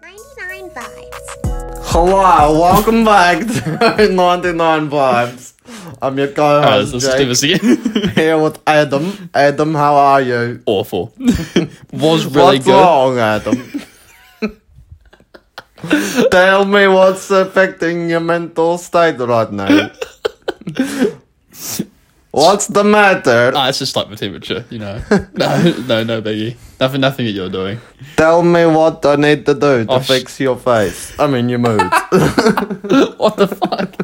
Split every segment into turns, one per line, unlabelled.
99 vibes.
Hello, welcome back to 99 Vibes. I'm your
Alright,
co-host
let's let's
Um, Jake,
do Oh, this again.
here with Adam. Adam, how are you?
Awful. was really
what's
good.
wrong, Adam? Tell me what's affecting your mental state right now. what's the matter?
Nah, Ah, it's just like the temperature, you know. no, no, no, biggie. Nothing, nothing that you're doing.
Tell me what I need to do to
Oh, sh-
fix your face. I mean, your mood.
What the fuck?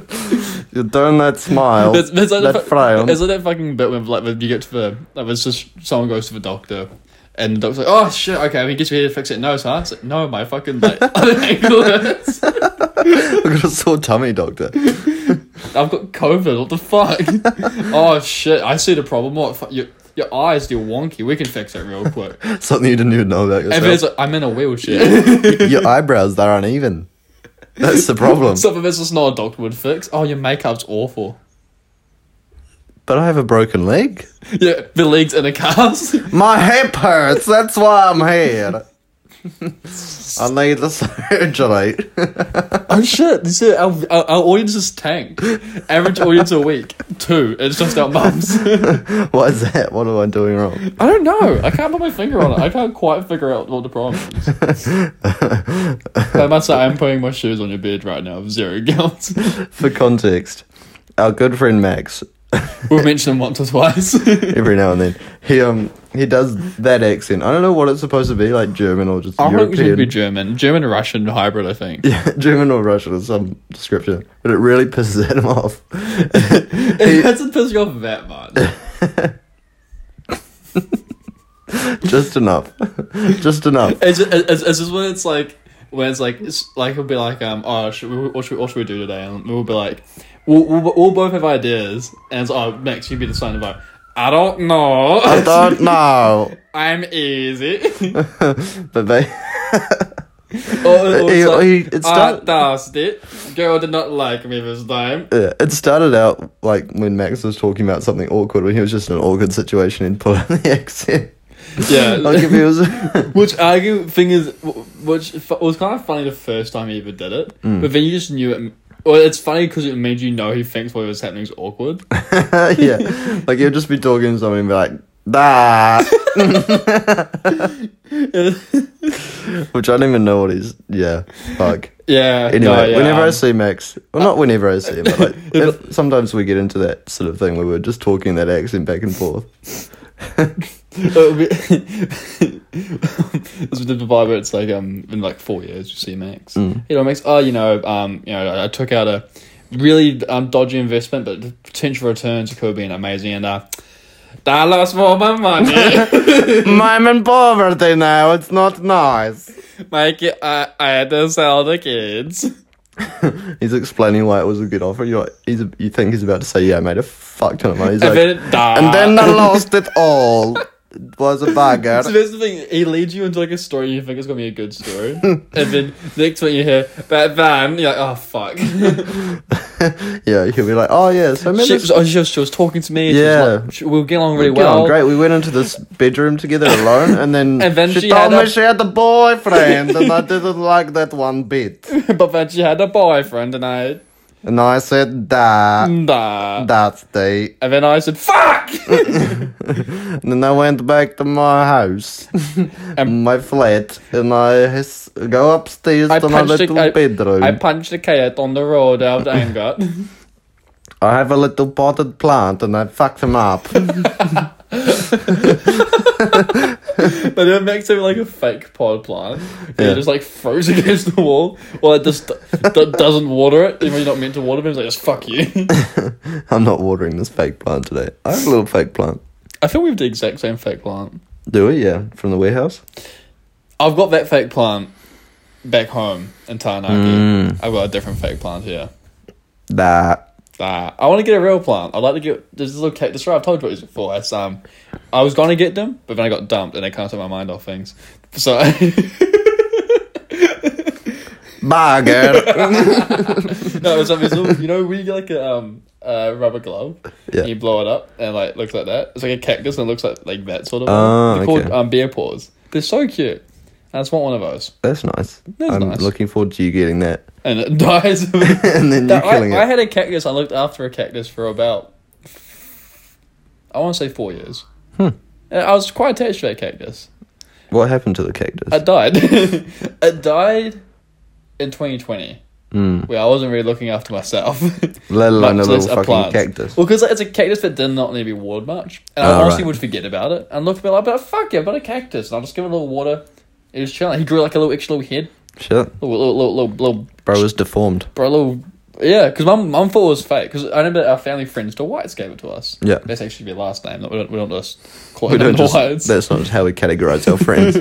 you turn that smile,
There's, there's like
that
the fu-
frown.
there's like that fucking bit when like when you get to the like it's just someone goes to the doctor and the doctor's like, oh shit, okay, we get you here to fix it. No, son. It's like, no, my fucking like other ankle hurts.
I've got a sore tummy, doctor.
I've got COVID. What the fuck? oh shit, I see the problem. What fu- your your eyes? They're wonky. We can fix that real quick.
Something you didn't even know about
And it's
yourself.
like, I'm in a wheelchair.
your eyebrows, they're uneven. That's the problem.
Some of it's just not a doctor would fix. Oh, your makeup's awful.
but I have a broken leg.
Yeah, the legs and the calves.
My hip hurts. That's why I'm here. I need the surgery.
oh shit! This is, our, our, our audience is tanked. Average audience a week, two. It's just our mums.
what is that? What am I doing wrong?
I don't know. I can't put my finger on it. I can't quite figure out what the problem is. I must say, I'm putting my shoes on your bed right now. Zero guilt.
For context, our good friend Max,
We'll mention them once or twice.
every now and then, he um he does that accent. I don't know what it's supposed to be, like German or just
I think it should be
European.
German, German Russian hybrid. I think.
Yeah, German or Russian or some description. But it really pisses him off.
It doesn't piss you off that much.
just enough. just enough.
It's, it's, it's just when it's like when it's like it's like it'll be like um oh should we, what should we, what should we do today and we'll be like we'll, we'll, we'll both have ideas and it's oh Max you be the sign about I don't know
I don't know.
I'm easy or,
But they
or
He-
it's like,
he- it's
I
not-
doused it girl did not like me this time
Yeah, it started out like when Max was talking about something awkward when he was just in an awkward situation and put on the accent. Like if
yeah
he was
which argue thing is which f- was kind of funny the first time he ever did it
Hmm.
but then you just knew it well it's funny because it made you know he thinks what was happening is awkward
Yeah. Like he'll just be talking to someone and be like, "Nah," which I don't even know what he's yeah, fuck.
Yeah.
Anyway,
no, yeah,
whenever I
um,
see Max well not whenever I see him, but like if, sometimes we get into that sort of thing where we're just talking that accent back and forth. Oh,
it'll be- this is the vibe where it's like um in like four years you see Max.
Mm.
You know, Max. Oh, you know, um, you know, I- I took out a really um dodgy investment, but the potential returns could have been amazing, and uh, I lost all my money.
I'm in poverty now, it's not nice.
Mike, I I had to sell the kids.
He's explaining why it was a good offer. You're like, he's, you think he's about to say, yeah, I made a fuck ton of money. He's
And
like,
then it Ah. died.
and then uh, I lost it all. It was a
So
bugger.
that's the thing. He leads you into like a story you think is gonna be a good story, and then next one you hear, but then you're like, oh fuck.
yeah, he'll be like, oh, yeah, so I made
she,
this...
was, oh, she, was, she was talking to me. and She
Yeah.
was like, she, we were getting along really
Get on,
well.
great. We went into this bedroom together alone, and then,
And then she
told
had
me
a-
she had a boyfriend, and I didn't like that one bit.
but then she had a boyfriend, and I.
And I said, "Da,
Nah.
that's the."
And then I said, fuck!
And then I went back to my house,
And-
my flat, and I s- go upstairs
Um, I
to my
punched,
little
a,
bedroom.
I, I punched a cat on the road out of anger.
I have a little potted plant and I fucked him up.
but then it makes him like a fake pod plant. Yeah.
Yeah.
He just like froze against the wall. Well, it just d- doesn't water it. Even when you're not meant to water him, it's like, just fuck you.
I'm not watering this fake plant today. I have a little fake plant.
I feel we have the exact same fake plant.
Do we? Yeah, from the warehouse.
I've got that fake plant back home in Taranaki. I've got a different fake plant here.
That.
Nah, I want to get a real plant. I'd like to get there's this little cactus right. I've told you about this before. It's, um, I was gonna get them, but then I got dumped, and I can't take my mind off things. So
Bugger.
no, it was um, it's all- you know, we get like a um uh, rubber glove.
Yeah.
You blow it up and like looks like that. It's like a cactus and it looks like like that sort of.
Ah,
They're called
okay.
um, beer paws. They're so cute. I just want one of those.
That's nice.
That's
I'm
nice.
looking forward to you getting that.
And it dies.
And then you
That- I,
killing
I
it.
had a cactus. I looked after a cactus for about, I want to say four years. Hmm. I was quite attached to that cactus.
What happened to the cactus?
It died. it died in 2020.
Mm.
Where I wasn't really looking after myself.
Let alone
Much
a
less
little fucking
plant.
cactus.
Well, because it's a cactus that did not need to be watered much. And
Oh,
I honestly
right.
would forget about it and look at me like, but fuck yeah, I've got a cactus. And I'll just give it a little water. It was chilling. He grew like a little extra little head.
Shit.
Little, little, little, little, little
Bro was deformed.
bro, little yeah, because mum mum thought it was fake. Because I remember our family friends, the Whites, gave it to us.
Yeah.
that's actually their last name. We don't we don't just call
We
it
don't
the
just,
Whites.
that's not how we categorize our friends.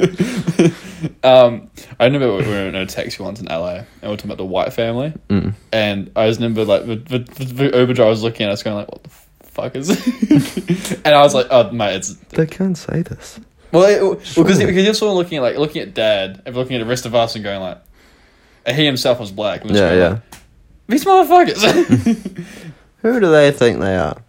Um, I remember we were in a taxi once in LA, and we were talking about the White family, mm. and I just remember like the, the, the, the Uber driver was looking at us going like, "What the fuck is?" this?" and I was like, "Oh mate, it's
they can't say this.
Well, it, well, because
Sure.
because you're sort of looking at like looking at dad and looking at the rest of us and going like, and he himself was black. And just
Yeah,
going,
yeah.
like, These motherfuckers.
Who do they think they are?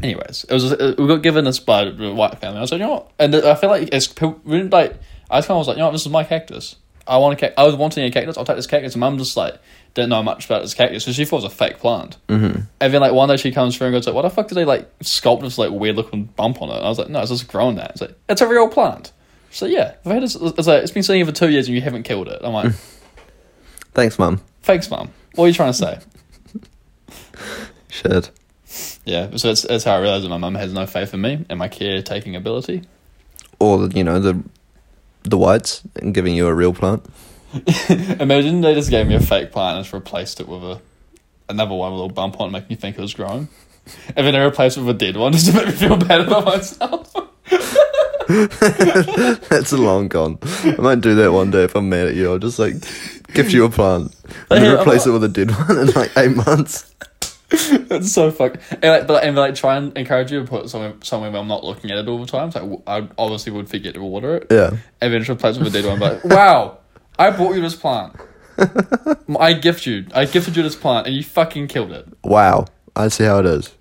Anyways, it was uh, we got given this by the white family. I was like, you know, what? and I feel like it's pe- we didn't like. I just kind of was like, you know, what? this is my cactus. I want a cac- I was wanting a cactus. I'll take this cactus. And mum just like didn't know much about this cactus, so she thought it was a fake plant. Mm-hmm. And then like one day she comes through and goes like, "What the fuck did they like sculpt this like weird looking bump on it?" And I was like, "No, it's just grown that. It's like it's a real plant." So yeah, I've had this, it's like it's been sitting here for two years and you haven't killed it. I'm like,
Thanks, mum.
thanks, mum. What are you trying to say?
Shit.
yeah, so that's that's how I realized that my mum has no faith in me and my caretaking ability.
Or you know the the whites and giving you a real plant.
Imagine they just gave me a fake plant and just replaced it with a another one with a little bump on it, make me think it was growing. And then I replaced it with a dead one just to make me feel bad about myself.
That's a long con. I might do that one day if I'm mad at you. I'll just like gift you a plant and
Yeah,
then
I'm
replace it
not-
with a dead one in like eight months.
That's so fuck. And like, but and like, try and encourage you to put it somewhere somewhere where I'm not looking at it all the time. So I, I obviously would forget to water it.
Yeah.
And then just replace it with a dead one. But like, wow, I bought you this plant. I gift you. I gifted you this plant, and you fucking killed it.
Wow. I see how it is.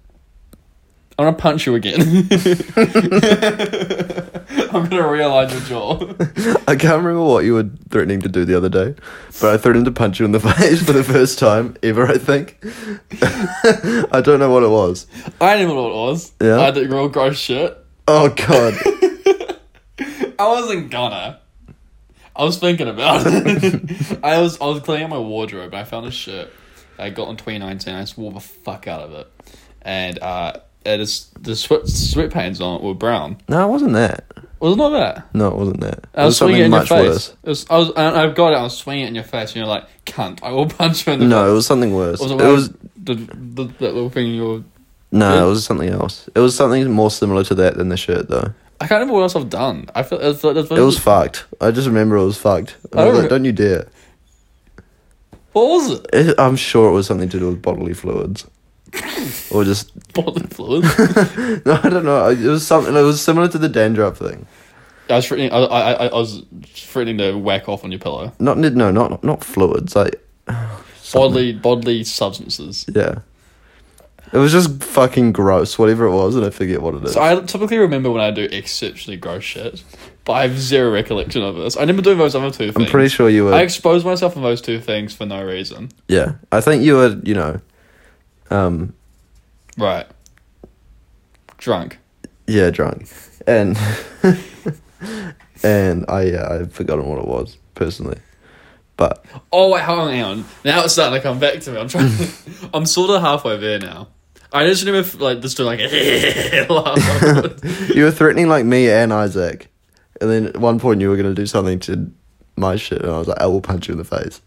I'm gonna punch you again. I'm gonna realign your jaw.
I can't remember what you were threatening to do the other day, but I threatened to punch you in the face for the first time ever. I think. I don't know what it was.
I didn't know what it was.
Yeah?
I had the real gross shit.
Oh god.
I wasn't gonna. I was thinking about it. I was I was cleaning out my wardrobe and I found a shirt I got in 2019. I just wore the fuck out of it, and uh, it is the sweat sweatpants on it were brown.
No, it wasn't that.
Was it not that?
No, it wasn't that.
I
it
was,
was
swinging it
something
in your
much
face.
worse.
It was, I was and I've got it. I was swinging it in your face, and you're like, "Cunt! I will punch you in the."
No, it was something worse.
face.
it was
the, the that little thing you were.
no, it was something else. It was something more similar to that than the shirt, though.
I can't remember what else I've done. I feel it's, it's,
It was fucked. I just remember it was fucked. And I was
don't
like,
re-
don't you dare.
what was it?
It, I'm sure it was something to do with bodily fluids, or just
Bodily fluids.
no, I don't know. It was something. It was similar to the dandruff thing.
I was threatening. I, I, I- I was threatening to whack off on your pillow.
Not no, not not fluids. Like
Bodily, bodily substances.
yeah, it was just fucking gross. Whatever it was, and I forget what it is.
So I typically remember when I do exceptionally gross shit, but I have zero recollection of this. I remember doing those other two things.
I'm pretty sure you were.
I exposed myself on those two things for no reason.
yeah, I think you were. You know, um,
Right. Drunk.
Yeah, drunk. And and I yeah, I've forgotten what it was personally. But
Oh wait, hold on, hang on. Now it's starting to come back to me. I'm trying. I'm sort of halfway there now. I just remember f- like just doing like a laugh. afterwards.
you were threatening like me and Isaac. And then at one point you were gonna do something to my shit and I was like, I will punch you in the face.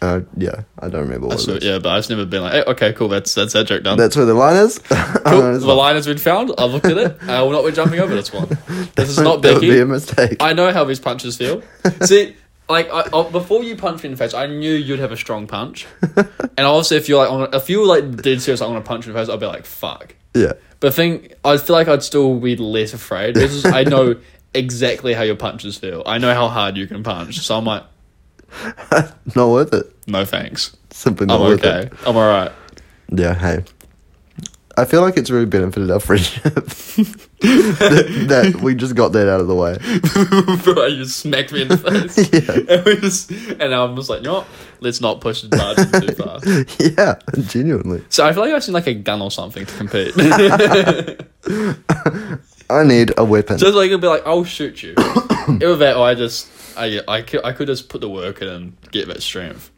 Uh, yeah, I don't remember what
so,
it was.
yeah, but I've just never been like, hey, okay, cool. That's that's that joke done.
That's where the line is. I don't
Cool.
know, it's
the
not-
line has been found. I've looked at it. I will not be jumping over this one. This is not
that would be
Becky.
a mistake.
I know how these punches feel. See, like I, I, before you punched me in the face, I knew you'd have a strong punch. And obviously, if you're like, I'm gonna- if you were like dead serious, I'm gonna punch you in the face. I'd be like, fuck.
yeah.
But the thing, I feel like I'd still be less afraid. This is, I know exactly how your punches feel. I know how hard you can punch. So I'm like,
Not worth it.
no thanks.
Simply not
I'm
worth
Oh, okay.
it.
I'm all right.
Yeah, hey. I feel like it's really benefited our friendship that, that we just got that out of the way.
Bro, you just smacked me in the face.
Yeah.
And, we just, and I'm just like, you know what? Let's not push the margin too far.
Yeah, genuinely.
So I feel like I should like a gun or something to compete. just
I need a weapon.
like it'd be like, I'll shoot you. Either that, or I just, I, I could, I could just put the work in and get that strength.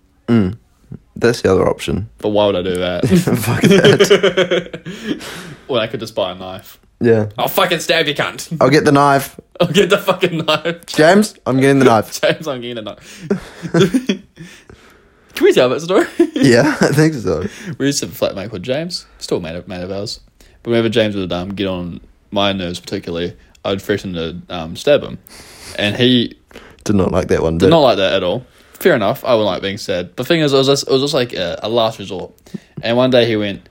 That's the other option.
But why would I do that?
Fuck that.
well, I could just buy a knife.
Yeah.
I'll fucking stab you, cunt.
I'll get the knife.
I'll get the fucking knife.
James, I'm getting the knife.
James, I'm getting a knife. Can we tell that story?
Yeah, I think so.
we used to have a flatmate called James, still a mate of, mate of ours. But whenever James would um, get on my nerves, particularly, I would threaten to um, stab him. And he
Did not like that one. Did
did not like that at all. Fair enough, I wouldn't like being stabbed. The thing is, it was just, it was just like a, a last resort. And one day he went,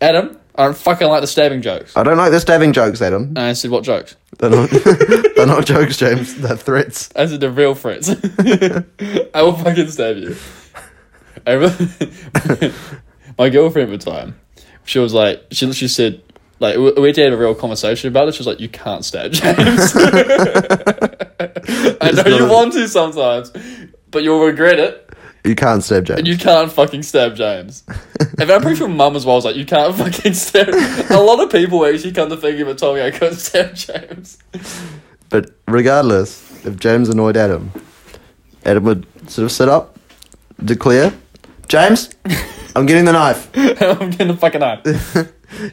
Adam, I don't fucking like the stabbing jokes.
I don't like the stabbing jokes, Adam.
And I said, What jokes?
They're not, they're not jokes, James. They're threats.
I said, The real threats. I will fucking stab you. I remember my girlfriend at the time, she was like, she literally said, like, we we had to have a real conversation about it. She was like, you can't stab James. I know
not
you
a-
want to sometimes, but you'll regret it.
You can't stab James.
You can't fucking stab James. And I'm pretty sure mum as well was like, you can't fucking stab. A lot of people actually come to think of it told me I couldn't stab James.
But regardless, if James annoyed Adam, Adam would sort of sit up, declare, James, I'm getting the knife.
I'm getting a fucking eye.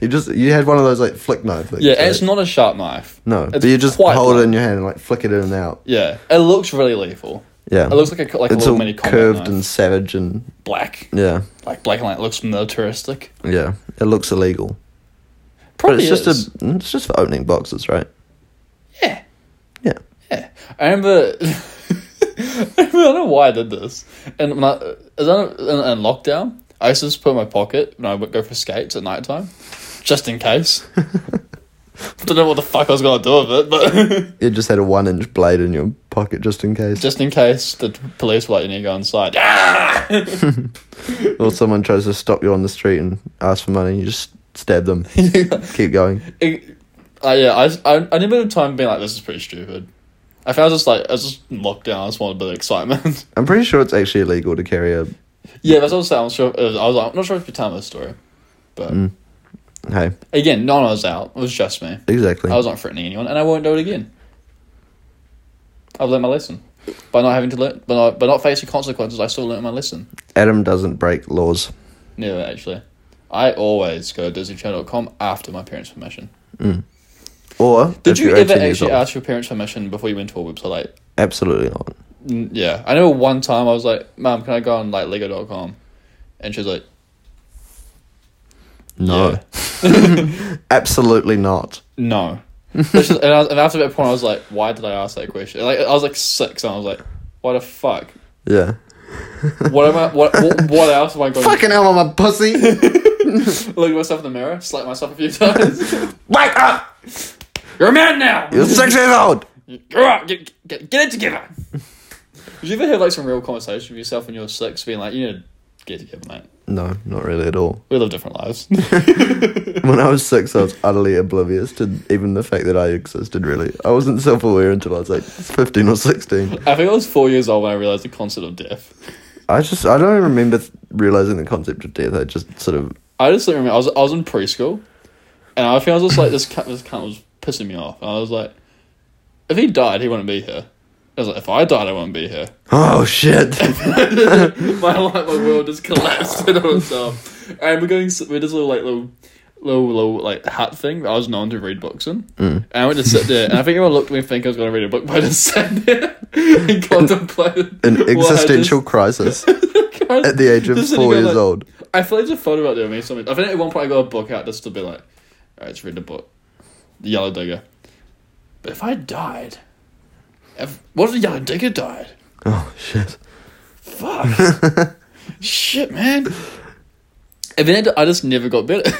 You just you had one of those like flick knife things.
Yeah,
right?
and it's not a sharp knife.
No,
it's
but you just
quite
hold
blunt.
it in your hand and like flick it in and out.
Yeah, it looks really lethal.
Yeah,
It looks like a like a
it's
little
all
mini combat
curved
knife.
and savage and
black,
yeah,
like black and white. It looks militaristic.
yeah. It looks illegal, but
Probably
it's just
is.
a mm, it's just for opening boxes, right?
yeah,
Yeah,
yeah. I remember. I don't know why I did this. And when I, as I, in, in lockdown, I used to just put it in my pocket when I would go for skates at night time, just in case. Don't know what the fuck I was gonna do with it, but
you just had a one inch blade in your pocket just in case,
just in case the police were like, "You need to go inside."
or someone tries to stop you on the street and ask for money, you just stab them. Keep going.
it, uh, yeah, I, I, I remember the time being like, this is pretty stupid. I think I was just like, I was just in lockdown, I just wanted a bit of excitement.
I'm pretty sure it's actually illegal to carry a.
yeah, that's what I was saying. I was, sure, I was, I was like, I'm not sure if you're telling this story. But
Mm. Hey,
again, no one was out. It was just me.
exactly.
I was not threatening anyone, and I won't do it again. I've learned my lesson. By not having to learn, by not, by not facing consequences, I still learned my lesson.
Adam doesn't break laws.
Never actually. I always go to DisneyChannel.com after my parents' permission.
Or
Did
if
you
you're
ever
18 years
actually
old.
ask your parents' permission before you went to a website? Like,
Absolutely not.
N- Yeah, I know one time I was like, "Mom, can I go on like Lego.com?" And she was like,
No.
Yeah.
Absolutely not.
"No." Which is- and, I was, and after that point, I was like, "Why did I ask that question?" Like, I was like six, and I was like, "What the fuck?
Yeah.
What am I? What what, what else am I going
Fucking hell, I'm a pussy.
to look at myself in the mirror, slap myself a few times?
Wake up!
You're a man now.
You're six years old.
Grow up. Get, get, get it together." Did you ever have like some real conversation with yourself when you were six, being like, "You need to get together, mate.
No, not really at all.
We live different lives."
When I was six, I was utterly oblivious to even the fact that I existed, really. I wasn't self aware until I was like 15 or 16.
I think I was four years old when I realized the concept of death.
I just, I don't even remember th- realizing the concept of death. I just sort of,
I just don't remember. I was I was in preschool, and I think I was just like this. Cunt, this cunt was pissing me off. And I was like, if he died, he wouldn't be here. I was like, if I died, I wouldn't be here.
oh shit.
my life, my world just collapsed in on itself. And we're going. s- We're just little like little. Little, little like hat thing that I was known to read books in,
Mm.
and I went to sit there, and I think everyone looked at me and think I was going to read a book, but I just sat there and contemplated
An
what I just-
existential crisis at the age of
Just sitting
four
there
years
like-
old.
I feel like there's a photo out there of me. Something. I think at one point I got a book out just to be like, alright, let's read the book. The Yellow Digger. But if I died, if what if the Yellow Digger died?
Oh shit.
Fuck. Shit, man. And then I just never got better.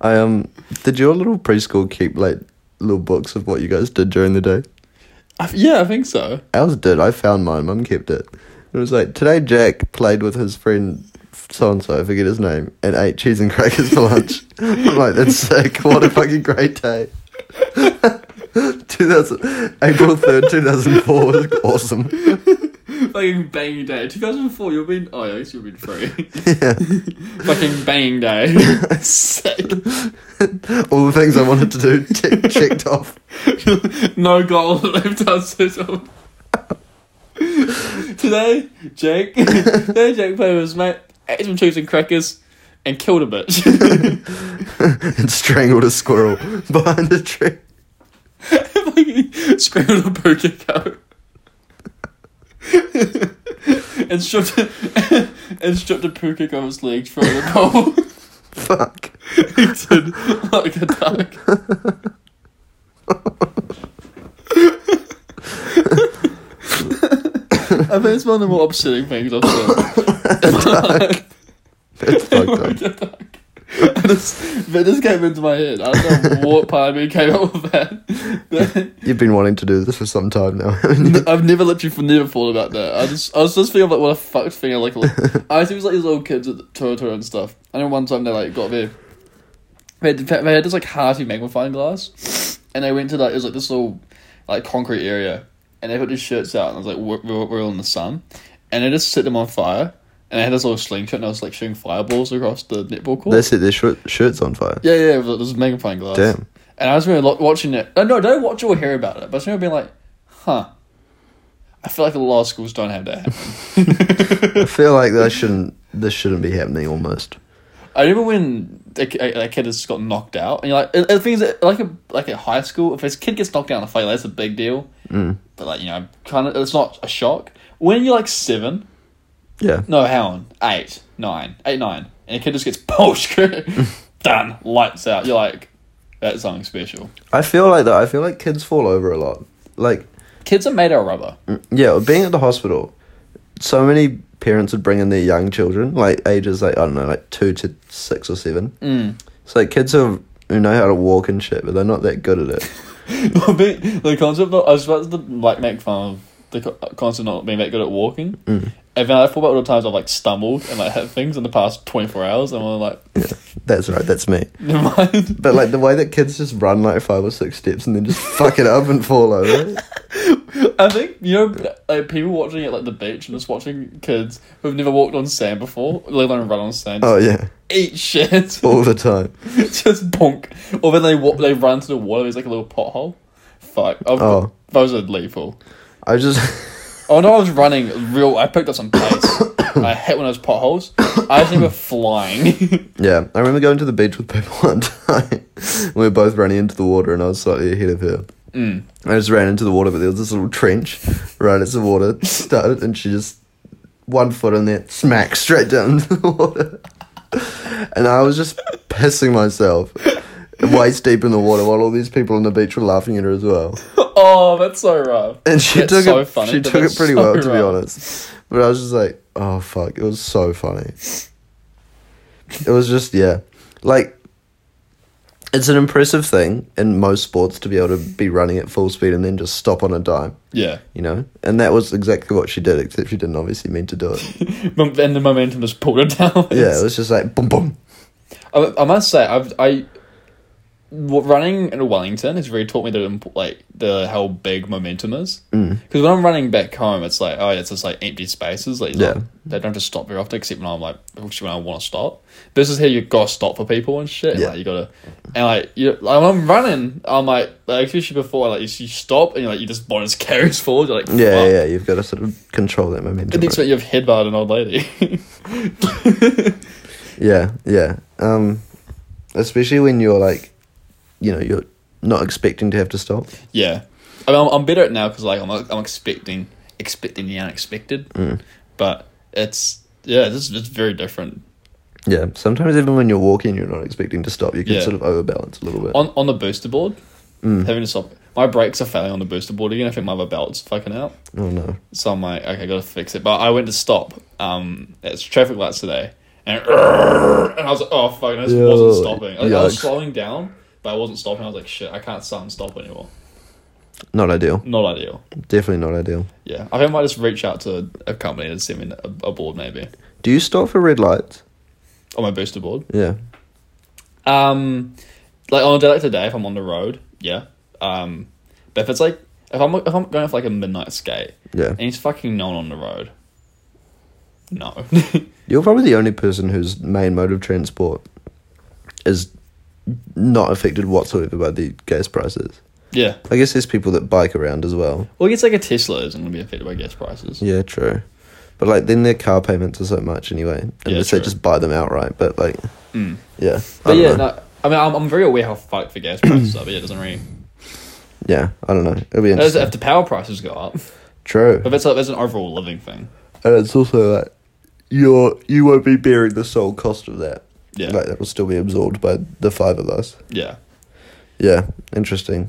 I um did your little preschool keep like little books of what you guys did during the day?
I- yeah, I think so.
Ours did. I found mine. Mum kept it. It was like today Jack played with his friend so and so, I forget his name, and ate cheese and crackers for lunch. I'm like, that's sick. What a fucking great day. 2000, April 3rd, 2004 was awesome.
Fucking banging day. 2004, you'll be. Oh, yeah, I guess you'll be free. Fucking banging day. Sick.
All the things I wanted to do tick, checked off.
no goal left us at all. Today, Jake. Today, Jake played with his mate, ate some cheese and crackers, and killed a bitch.
and strangled a squirrel behind a tree.
Fucking scrambled a bootico. and stripped a, and stripped a pukeko of his legs from the pole.
Fuck.
he did like a duck. I think it's one of the more upsetting things I've seen.
It's fucked up.
Like a duck. I just, that just came into my head. I don't know what part of me came up with that.
You've been wanting to do this for some time now. haven't you?
I've never literally never thought about that. I just I was just thinking like what a fucked thing I like. I used to was like these little kids at Toronto and stuff. I know one time they like got there. They had, they had this like hearty magnifying glass, and they went to like it was like this little like concrete area, and they put their shirts out and I was like we're, we're, we're all in the sun, and they just set them on fire, and they had this little slingshot and I was like shooting fireballs across the netball court.
they set their shir- shirts on fire.
Yeah, yeah, it was, it was a magnifying glass.
Damn.
And I was really lo- watching it. Uh, No, no, I don't watch or hear about it, but I was really being like, huh. I feel like a lot of schools don't have that
I
happen.
feel like that shouldn't. This shouldn't be happening. Almost.
I remember when a, ki- a, a kid has got knocked out, and you're like, and the thing is, that, like a like at high school, if this kid gets knocked out in a fight, that's a big deal. Mm. But like you know, kind of, it's not a shock. When you're like seven,
Yeah.
no, hang on, eight, nine, eight, nine, and a kid just gets pushed, done, lights out. You're like, that's something special.
I feel like that. I feel like kids fall over a lot. Like,
Kids are made out of rubber.
yeah, being at the hospital, so many parents would bring in their young children, like ages like I don't know, like two to six or seven. Mm. So like kids who who know how to walk and shit, but they're not that good at it.
Well, but the concept of I was about to like make fun of the co- concept of not being that good at walking,
Mm.
and then I thought about all the times I've like stumbled and like hit things in the past twenty four hours, and I'm like,
That's right. That's me.
never mind.
But like the way that kids just run like five or six steps and then just fuck it up and fall over.
I think you know, like people watching at like the beach and just watching kids who've never walked on sand before, let alone run on sand,
Oh yeah,
eat shit,
all the time.
just bonk, or then they walk, they run to the water. There's like a little pothole. Fuck, I've,
Oh.
those are lethal.
I just
Oh no, I was running real. I picked up some pace. I hit one of those potholes. I just remember flying.
yeah. I remember going to the beach with people one time. we were both running into the water, and I was slightly ahead of her. Mm. I just ran into the water, but there was this little trench right as the water started, and she just one foot in there, smack straight down into the water. And I was just pissing myself, waist deep in the water, while all these people on the beach were laughing at her as well.
oh, that's so rough.
And she
That's
took
so
it.
funny,
she
but
took
that's
it pretty
so
well, to be
wrong.
honest. But I was just like, oh fuck, it was so funny. It was just yeah, like it's an impressive thing in most sports to be able to be running at full speed and then just stop on a dime,
Yeah,
you know. And that was exactly what she did, except she didn't obviously mean to do it.
Mom- and the momentum just pulled it down.
yeah, it was just like boom, boom.
I, I must say, I've I w- running in Wellington has really taught me the imp- like the how big momentum is.
Mm.
Because when I'm running back home, it's like oh, it's just like empty spaces. Like
Yeah.
yeah. they don't have to stop very often, except when I'm like actually when I want to stop. This is how you gotta stop for people and shit.
Yeah.
Like you gotta and like you like, when I'm running, I'm like like especially before like you, you stop and you're like you just body just carries forward. You're like
Yeah,
fuck.
yeah, you've got to sort of control that momentum.
And next
right?
minute you've headbutted an old lady.
Yeah, yeah. Um, especially when you're like, you know, you're not expecting to have to stop.
Yeah, I mean, I'm, I'm better at it now because like I'm I'm expecting expecting the unexpected, but it's yeah, it's it's very different.
Yeah, sometimes even when you're walking, you're not expecting to stop. You can
Yeah.
sort of overbalance a little bit.
On on the booster board, having to stop. My brakes are failing on the booster board again. I think my other belt's fucking out,
oh no!
so I'm like, okay, gotta fix it. But I went to stop. Um, it's traffic lights today, and, and I was like, oh fuck, and I just
Yo,
wasn't stopping. Like, I was
yikes.
slowing down, but I wasn't stopping. I was like, shit, I can't start and stop anymore.
Not ideal.
Not ideal.
Definitely not ideal.
Yeah, I think I might just reach out to a company and send me a, a board maybe.
Do you stop for red lights?
on my booster board.
Yeah.
Um, like on a day like today, if I'm on the road, yeah. Um, but if it's like if I'm if I'm going for like a midnight skate,
Yeah.
and it's fucking known on the road. No,
You're probably the only person whose main mode of transport is not affected whatsoever by the gas prices.
yeah.
I guess there's people that bike around as well.
Well, it's like a Tesla isn't gonna be affected by gas prices.
Yeah, true. But like then their car payments are so much anyway.
Yeah,
Unless
true.
they just buy them outright. But like
Mm.
yeah. I
But
don't
yeah,
know.
no, I mean, I'm, I'm very aware how fucked the gas prices are. But yeah, it doesn't really.
Yeah, I don't know. It'll be
As,
interesting.
if the power prices go up,
True.
but that's, a, that's an overall living thing.
And it's also like you're you won't be bearing the sole cost of that.
Yeah.
Like that will still be absorbed by the five of us.
Yeah.
Yeah. Interesting.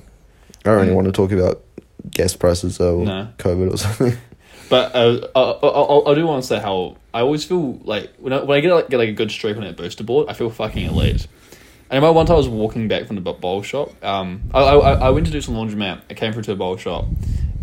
I don't
Mm.
really want to talk about gas prices or
No.
COVID or something.
But uh, I, I, I, I do want to say how I always feel like when I, when I get like get like a good streak on that booster board, I feel fucking elite. And I remember one time I was walking back from the b- bowl shop. Um, I, I, I went to do some laundromat. I came through to a bowl shop,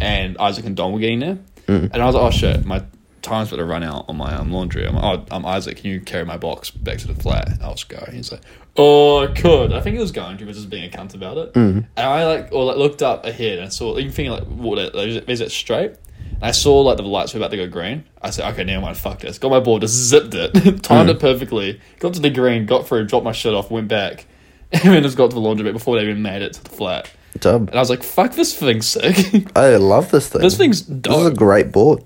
and Isaac and Don were getting there, and I was like, "Oh shit, my time's about to run out on my um, laundry." I'm like, "Oh, um, Isaac, can you carry my box back to the flat?" And I was going. He's like, "Oh, I could." I think he was going to, but just being a cunt about it. And I like or like looked up ahead and saw even thinking like, "What? that- Is it, is it straight?" And I saw like the lights were about to go green. I said, okay, never mind, fuck this. Got my board, just zipped it, timed it perfectly, got to the green, got through, dropped my shit off, went back, and then just got to the laundromat before they even made it to the flat.
Dub.
And I was like, fuck this thing's sick.
I love this thing.
This thing's
This is a
dope.
great board.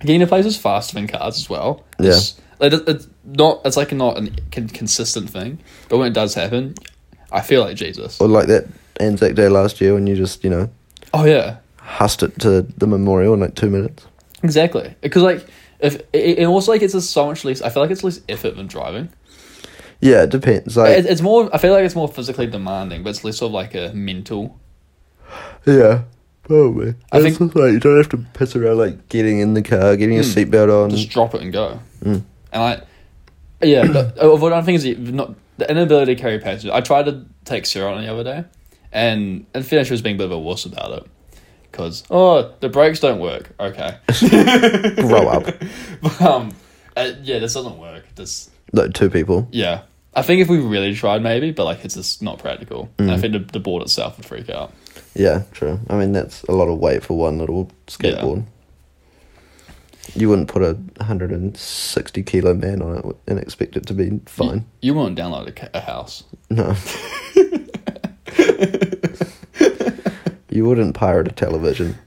Getting to places faster than cars as well.
Yeah.
It's, like, it- it's not it's like not a con- consistent thing, but when it does happen, I feel like Jesus.
Or like that Anzac Day last year when you just, you know,
Oh yeah.
hussed it to the memorial in like two minutes.
Exactly. Because like if it, it also like it's just so much less I feel like it's less effort than driving.
Yeah, it depends. Like
It, it's more. I feel like it's more physically demanding, but it's less of like a mental.
Yeah, probably.
I
I
think- Mm.
think like you don't have to piss around like getting in the car, getting your seatbelt on.
Just drop it and go. And I, yeah. but, uh, what I think is the- not the inability to carry passengers. I tried to take Sarah on the other day, and and finish was being a bit of a wuss about it. Cause oh the brakes don't work. Okay,
grow up.
But, um, uh, yeah, this doesn't work. This
Like two people.
yeah. I think if we really tried, maybe, but like it's just not practical. And I think the, the board itself would freak out.
Yeah, true. I mean that's a lot of weight for one little skateboard. You wouldn't put a hundred and sixty kilo man on it and expect it to be fine.
You won't download a, ca- a house.
No. you wouldn't pirate a television.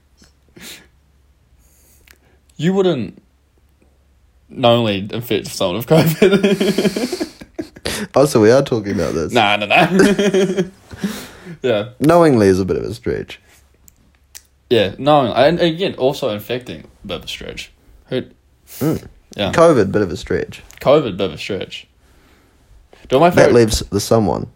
you wouldn't knowingly infect someone with COVID.
Oh, so we are talking about this.
nah, nah, nah. yeah,
Knowingly is a bit of a stretch.
yeah, no, and again, also infecting bit of a stretch. Who? Yeah,
COVID, bit of a stretch.
COVID bit of a stretch. Do my
That
favorite
leaves the someone.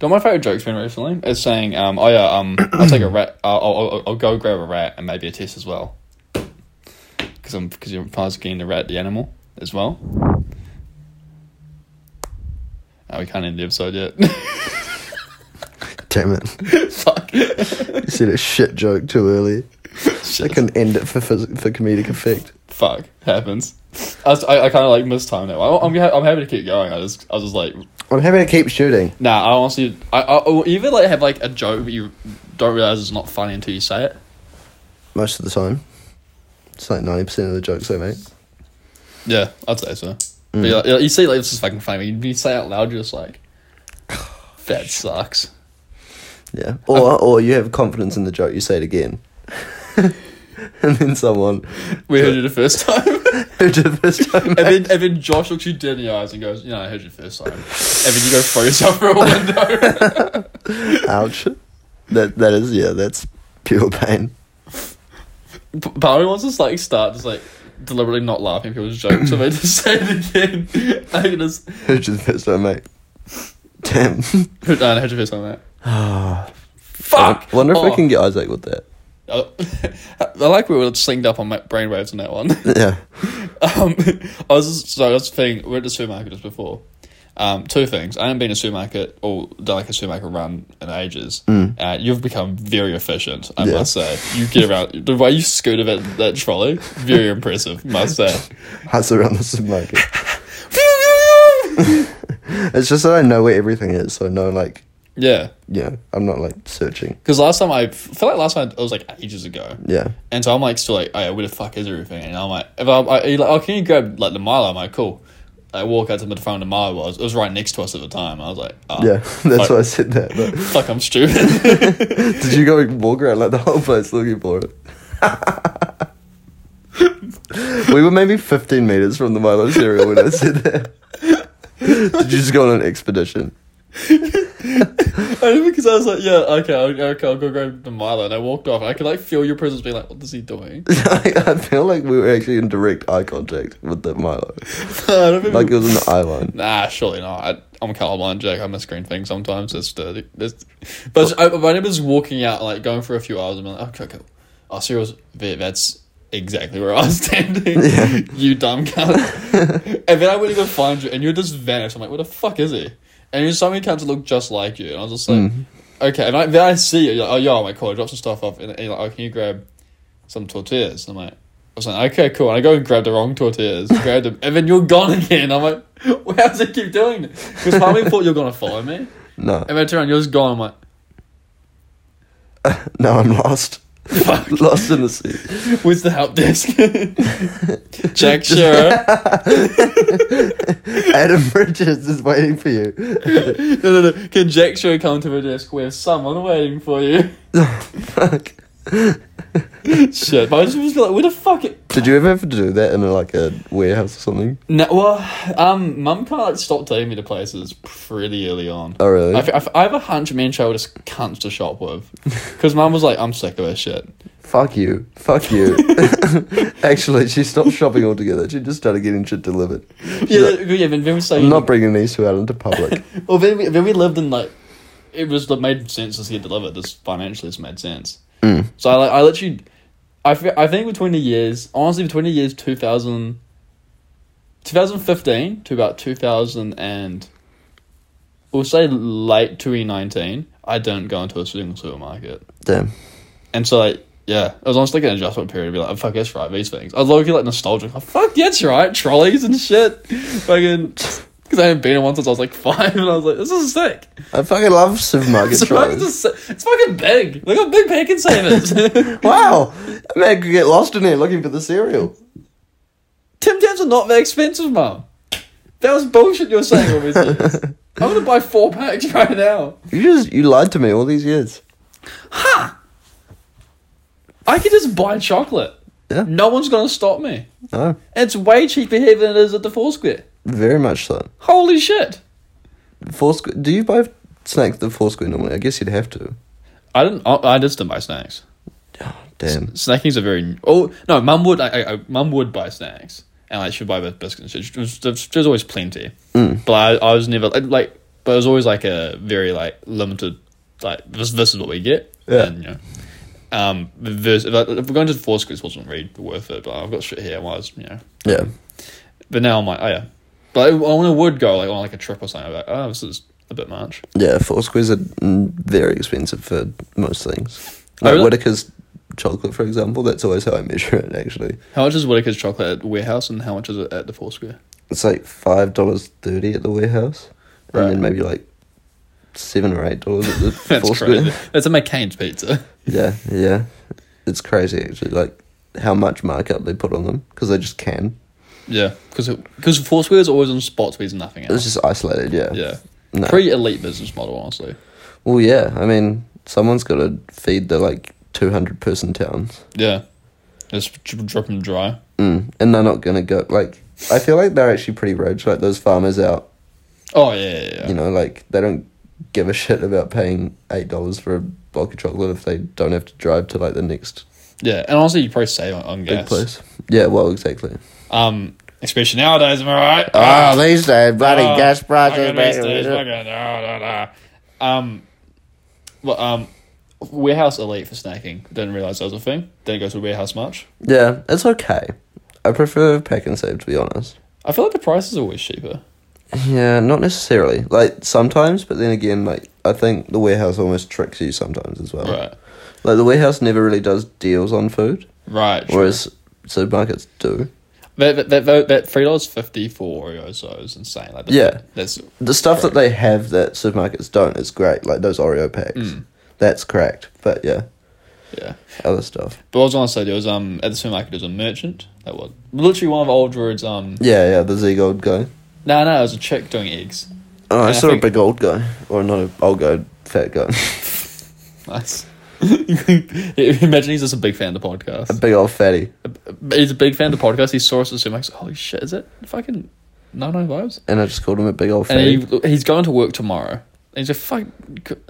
do my favorite jokes been recently is saying, um, oh yeah, um, I'll take a rat, I'll, I'll, I'll, I'll go grab a rat and maybe a test as well, because I'm because you're part of getting the rat the animal as well. Oh, we can't end the episode yet.
Damn it.
Fuck.
You said a shit joke too early. I can end it for phys- for comedic effect.
Fuck. Happens. I, was- I, I kind of like mistimed that one. I'm, I'm happy to keep going. I just I was just like,
I'm happy to keep shooting.
nah. I honestly, I, I or even like have like a joke that you don't realize it's not funny until you say it.
Most of the time. It's like 90% of the jokes I make.
Yeah, I'd say so. But you, like, you see, like this is fucking funny. You, you say it out loud, you're just like, that sucks.
Yeah. Or
Um,
or you have confidence in the joke, you say it again. and then someone
We heard you the first time,
who did the first time.
and then and then Josh looks you dead in the eyes and goes, you know, I heard you the first time, and then you go throw yourself through a window.
Ouch. That that is yeah, that's pure pain.
P- Part of me wants to just, like start just like deliberately not laughing at people's jokes so they just say it again. I can just
Who did the first time, mate? Damn.
put down a hedge of fist on that.
Fuck. Wonder if
Ah. Oh.
I can get Isaac with that.
I oh, I like we were synced up on my brainwaves on that one.
Yeah.
Um, I was just, so I was thinking we were at the supermarket just before, Um, two things. I haven't been to a supermarket or done like a supermarket run in ages. Uh, you've become very efficient, I
Mm. Yeah.
must say. You get around the way you scooted that, that trolley, very impressive, must say.
Hats around the supermarket. it's just that I know where everything is, so I know like
Yeah.
yeah, I'm not like searching.
Because last time I I feel like last time it was like ages ago.
Yeah.
And so I'm like still like, oh, where the fuck is everything? And I'm like, if I'm, I, you're like, oh, can you grab like the Milo? I'm like, cool. I walk out to the phone. The Milo was it was right next to us at the time. I was like, oh,
Yeah, that's
fuck,
why I said that. But
Fuck, I'm stupid.
did you go walk around like the whole place looking for it? we were maybe 15 meters from the Milo cereal when I said that. did you just go on an expedition?
And because I was like, yeah, okay, I'll, okay, I'll go grab the Milo. And I walked off. And I could like feel your presence being like, what is he doing?
I, I feel like we were actually in direct eye contact with the Milo.
I don't even-
Like it was an eye line.
Nah, surely not. I, I'm colorblind, Jack. I miss green things sometimes. It's dirty. It's, but I, my neighbor's walking out, like going for a few hours. I'm like, okay, cool. Oh, cereals. there, That's exactly where I was standing.
Yeah.
you dumb cunt. and then I went to go find you, and you just vanished. I'm like, where the fuck is he? And you suddenly come to look just like you, and I was just like, okay. And I, then I see you. You're like, oh, yeah, my god, I dropped some stuff off, and, and you're like, oh, can you grab some tortillas? And I'm like. I was like, okay, cool. And I go and grab the wrong tortillas, grab them, and then you're gone again. I'm like, well, how does it keep doing this? Because Harvey thought you were going to follow me.
No,
And then I turn around, you're just gone. I'm like,
no, I'm lost.
Fuck.
lost in the sea.
where's the help desk? Jack Shearer.
Adam Bridges is waiting for you.
no, no, no. Can Jack Shearer come to the desk? We have someone waiting for you.
Fuck.
Shit. But I just was like, where the fuck it?
Did you ever have to do that in a, like a warehouse or something?
No, well, um, mum kind of like stopped taking me to places pretty early on.
Oh really?
I, fe- I, fe- I have a hunch me and Cheryl just cunts to shop with. Because mum was like, I'm sick of this shit.
Fuck you. Fuck you. Actually, she stopped shopping altogether. She just started getting shit delivered.
Yeah, yeah, then, then we say
I'm not bringing these two out into public.
Well, then we, then we lived in like it was it made sense to see it delivered. This financially, this made sense. Mm. So I like I literally, I fe- I think between the years, honestly, between the years 2000, 2015 to about two thousand and we'll say late twenty nineteen, I didn't go into a single supermarket,
Damn.
and so like. Yeah, I was honestly like an adjustment period to be like, oh, fuck, that's right, these things. I was low-key, like nostalgic, like, fuck, that's right, trolleys and shit. Fucking, because I hadn't been in one since I was like five, and I was like, this is sick.
I fucking love supermarket
It's fucking,
trolleys.
just, it's fucking big. Look how big Peckin Save is.
Wow. A man could get lost in here looking for the cereal.
Tim Tams are not that expensive, mum. That was bullshit you were saying all these years. I'm gonna buy four packs right now.
You just you lied to me all these years.
I could just buy chocolate.
Yeah.
No one's gonna stop me.
No.
And it's way cheaper here than it is at the Foursquare.
Very much so.
Holy shit.
Foursquare. Do you buy snacks at Foursquare normally? I guess you'd have to.
I didn't. I, I just didn't buy snacks.
Damn.
Snacking's a very oh no. Mum would I, I, I mum would buy snacks and like she'd buy both biscuits. She, she was, there's there's always plenty,
Mm.
but I, I was never like, like but it was always like a very like limited like this this is what we get
Yeah.
and you know um versus, if, I, if we're going to the four schools it wasn't really worth it but I've got shit here while I was you know
Yeah.
but now I'm like oh yeah but I, when I would go like on like a trip or something I'm like oh this is a bit much
Yeah, Foursquares are mm, very expensive for most things. Like
Oh, really?
Whitaker's chocolate, for example, that's always how I measure it, actually.
how much is Whitaker's chocolate at the warehouse and how much is it at the four square
It's like $5.30 at the warehouse,
Right.
and then maybe like 7 or $8 at the
that's
Foursquare.
crazy that's a McCain's pizza.
Yeah, yeah. It's crazy, actually, like how much markup they put on them because they just can.
Yeah, because because Foursquare is always on spots where there's nothing
It's
else.
just isolated, yeah.
Yeah,
No.
pretty elite business model, honestly.
Well, yeah, I mean, someone's got to feed the like 200 person towns.
Yeah, just dr- drip them dry.
Mm. And they're not going to go, like, I feel like they're actually pretty rich, like those farmers out
Oh yeah, yeah, yeah.
You know, like they don't give a shit about paying eight dollars for a block of chocolate if they don't have to drive to like the next
yeah. And honestly, you probably save on, on
big
gas.
place. Yeah, well, exactly.
Um, especially nowadays, am I right?
Oh, these days, bloody
Oh,
gas prices,
fucking these days, fucking, ah, da, da. Um, well, um, warehouse elite for snacking. Didn't realize that was a thing. Didn't go to the warehouse much.
Yeah, it's okay. I prefer pack and save to be honest.
I feel like the price is always cheaper.
Yeah, not necessarily. Like sometimes, but then again, like I think the warehouse almost tricks you sometimes as well.
Right.
Like the warehouse never really does deals on food,
Right. Sure.
whereas supermarkets do.
That that that, that, that three dollars fifty for Oreos though is insane. Like the,
Yeah.
That's
The stuff that they have that supermarkets don't is great. Like those Oreo packs, that's cracked. But yeah,
yeah.
other stuff.
But what I was gonna say there was um at the supermarket there was a merchant that was literally one of old Druid's um
Yeah, yeah. The Z Gold guy.
no no it was a chick doing eggs.
Oh, I
And I
saw
think-
a big old guy, or not a old guy, fat guy,
Nice. Imagine he's just a big fan of the podcast.
big old fatty,
he's a big fan of the podcast. He saw us at the supermarket. he's like, Holy shit! Is it fucking oh no no vibes?
and I just called him a big old
And
fatty.
he he's going to work tomorrow. And he's like, fuck.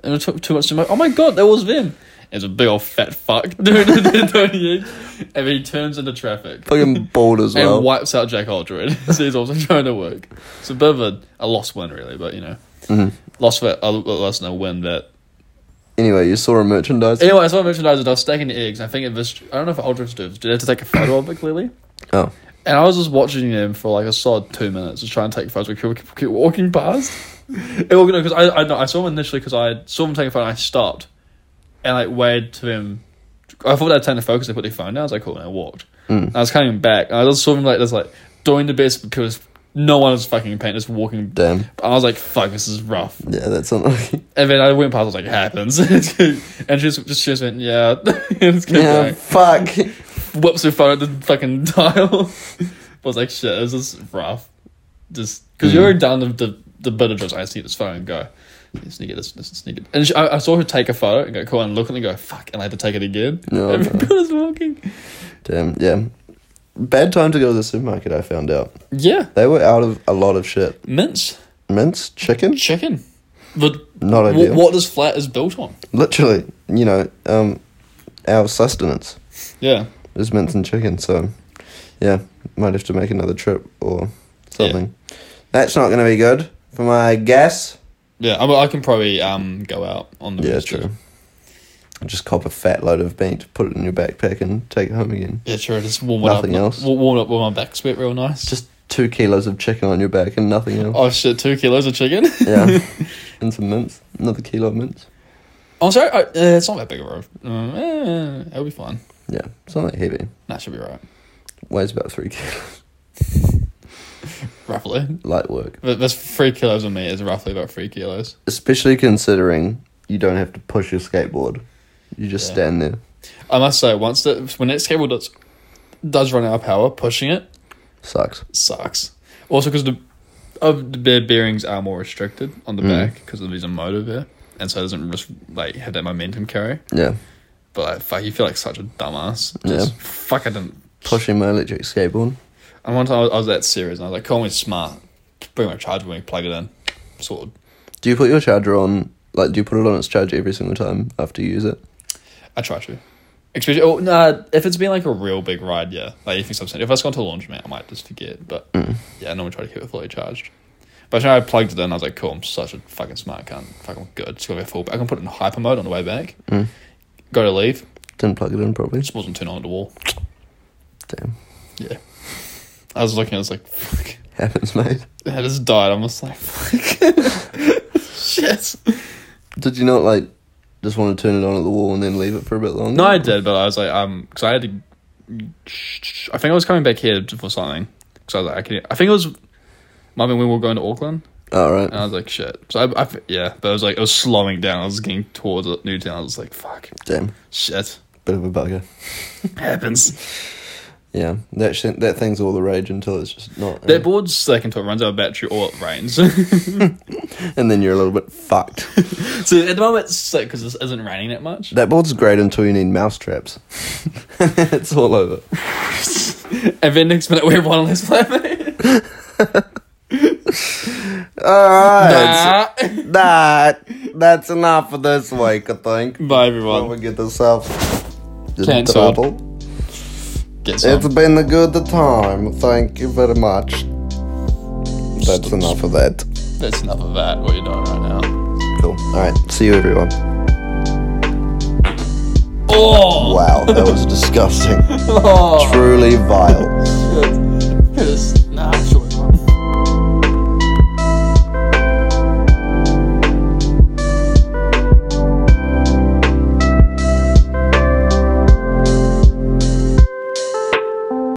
And it took too much smoke. Oh my god, that was them. It's a big old fat fuck doing the dirty egg. And he turns into traffic
Fucking bald as
and
well.
wipes out Jack Aldred. so he's also trying to work. It's a bit of a, a lost win, really, but you know.
Mm-hmm.
Lost for a, a listener win that.
Anyway, you saw a merchandise.
Anyway, I saw merchandise. I was stacking the eggs. I think it was. I don't know if Aldridge did. Did I have to take a photo of it clearly?
Oh,
And I was just watching them for like a solid two minutes, just trying to take photos. People keep, keep walking past. It was because I I, know, I saw them initially because I saw them taking a photo. and I stopped and like waited for them. I thought they'd turn the focus. They put their phone down. I was like, cool. And I walked.
Mm.
And I was coming back. And I just saw them like just like doing the best because no one was fucking paying. Just walking.
damn.
I was like, fuck, this is rough.
Yeah, that's unlucky.
And then I went past. I was like, it happens. and she just, she just went, yeah. and just kept
Yeah,
going
fuck.
whips her phone at the fucking dial. I was like, shit, this is rough. Just because you're done the, the the bit of just I just need this phone and go. I just need to get this, this, this need it. And she, I, I saw her take a photo and go cool and look at it and go fuck, and I had to take it again.
No, no.
Everybody's walking.
Damn, yeah. Bad time to go to the supermarket, I found out.
Yeah,
They were out of a lot of shit.
mince
Mince, chicken?
chicken. But
Not
what,
ideal.
what this flat is built on.
Literally, you know, um, our sustenance
Yeah,
is mince and chicken, so yeah, might have to make another trip or something. That's not going to be good for my gas.
yeah. I, mean, I can probably um go out on the
Yeah,
roosters.
true. Just cop a fat load of meat, put it in your backpack, and take it home again.
Yeah, true. Just warm it up.
Nothing else.
wa- Warm it up with my back sweat real nice.
Just two kilos of chicken on your back and nothing else.
oh shit, two kilos of chicken.
Yeah, and some mince, another kilo of mince.
I'm sorry, I, uh, it's not that big of a road. Um, eh, it'll be fine.
Yeah, it's not that heavy.
That should be right,
Weighs about three kilos.
roughly.
Light work.
But that's three kilos of meat is roughly about three kilos.
Especially considering you don't have to push your skateboard. You just
Yeah.
stand there.
I must say, once that when that skateboard does, does run out of power, pushing it
Sucks.
sucks. Also, because the of their bearings are more restricted on the back 'cause back because there's a motor there, and so it doesn't just like have that momentum carry.
Yeah.
But like, fuck, you feel like such a dumbass. Just,
Yeah.
Fuck, I didn't.
Pushing my electric skateboard.
And one time I was, I was that serious, and I was like, "Call me smart. Bring my charger when we plug it in." Sorted.
Do you put your charger on? Like, do you put it on its charge every single time after you use it?
I try to. Especially, oh, nah, if it's been like a real big ride, yeah. Like, if it's something, if I just gone to a laundromat, I might just forget. But yeah, I normally try to keep it fully charged. But you know, I plugged it in, I was like, cool, I'm such a fucking smart cunt. Fucking good. It's going to be full. I can put it in hyper mode on the way back. Go to leave.
Didn't plug it in properly.
Just wasn't turned on at the wall.
Damn.
Yeah. I was looking, I was like, fuck.
Happens, mate.
I just died. I'm just like, fuck. Shit.
Did you not, like, just want to turn it on at the wall and then leave it for a bit longer?
No, I did, but I was like, um, because I had to. I think I was coming back here for something. Because I was like, I, can, I think it was. Might have been when we were going to Auckland,
All right.
and I was like, shit. So I, I, yeah, but it was like it was slowing down. I was getting towards Newtown. I was like, fuck,
Damn.
shit,
Bit of a bugger.
happens.
Yeah. That, sh- that thing's all the rage until it's just not.
That board's sick until it runs out of battery or it rains. so
and then you're a little bit fucked.
at the moment it's sick because this isn't raining that much.
That board's great until you need mouse traps. it's all over.
And then next minute we have one less planet.
Alright.
Nah.
That that's enough for this week, I think.
Bye
Before
everyone.
we get ourselves in
Cancelled.
trouble.
Get
It's
some.
been a good time. Thank you very much. That's enough of that.
That's enough of that. What you're doing right now.
Cool. Alright. See you everyone.
Oh.
Wow, that was disgusting.
Oh.
Truly vile.
shit.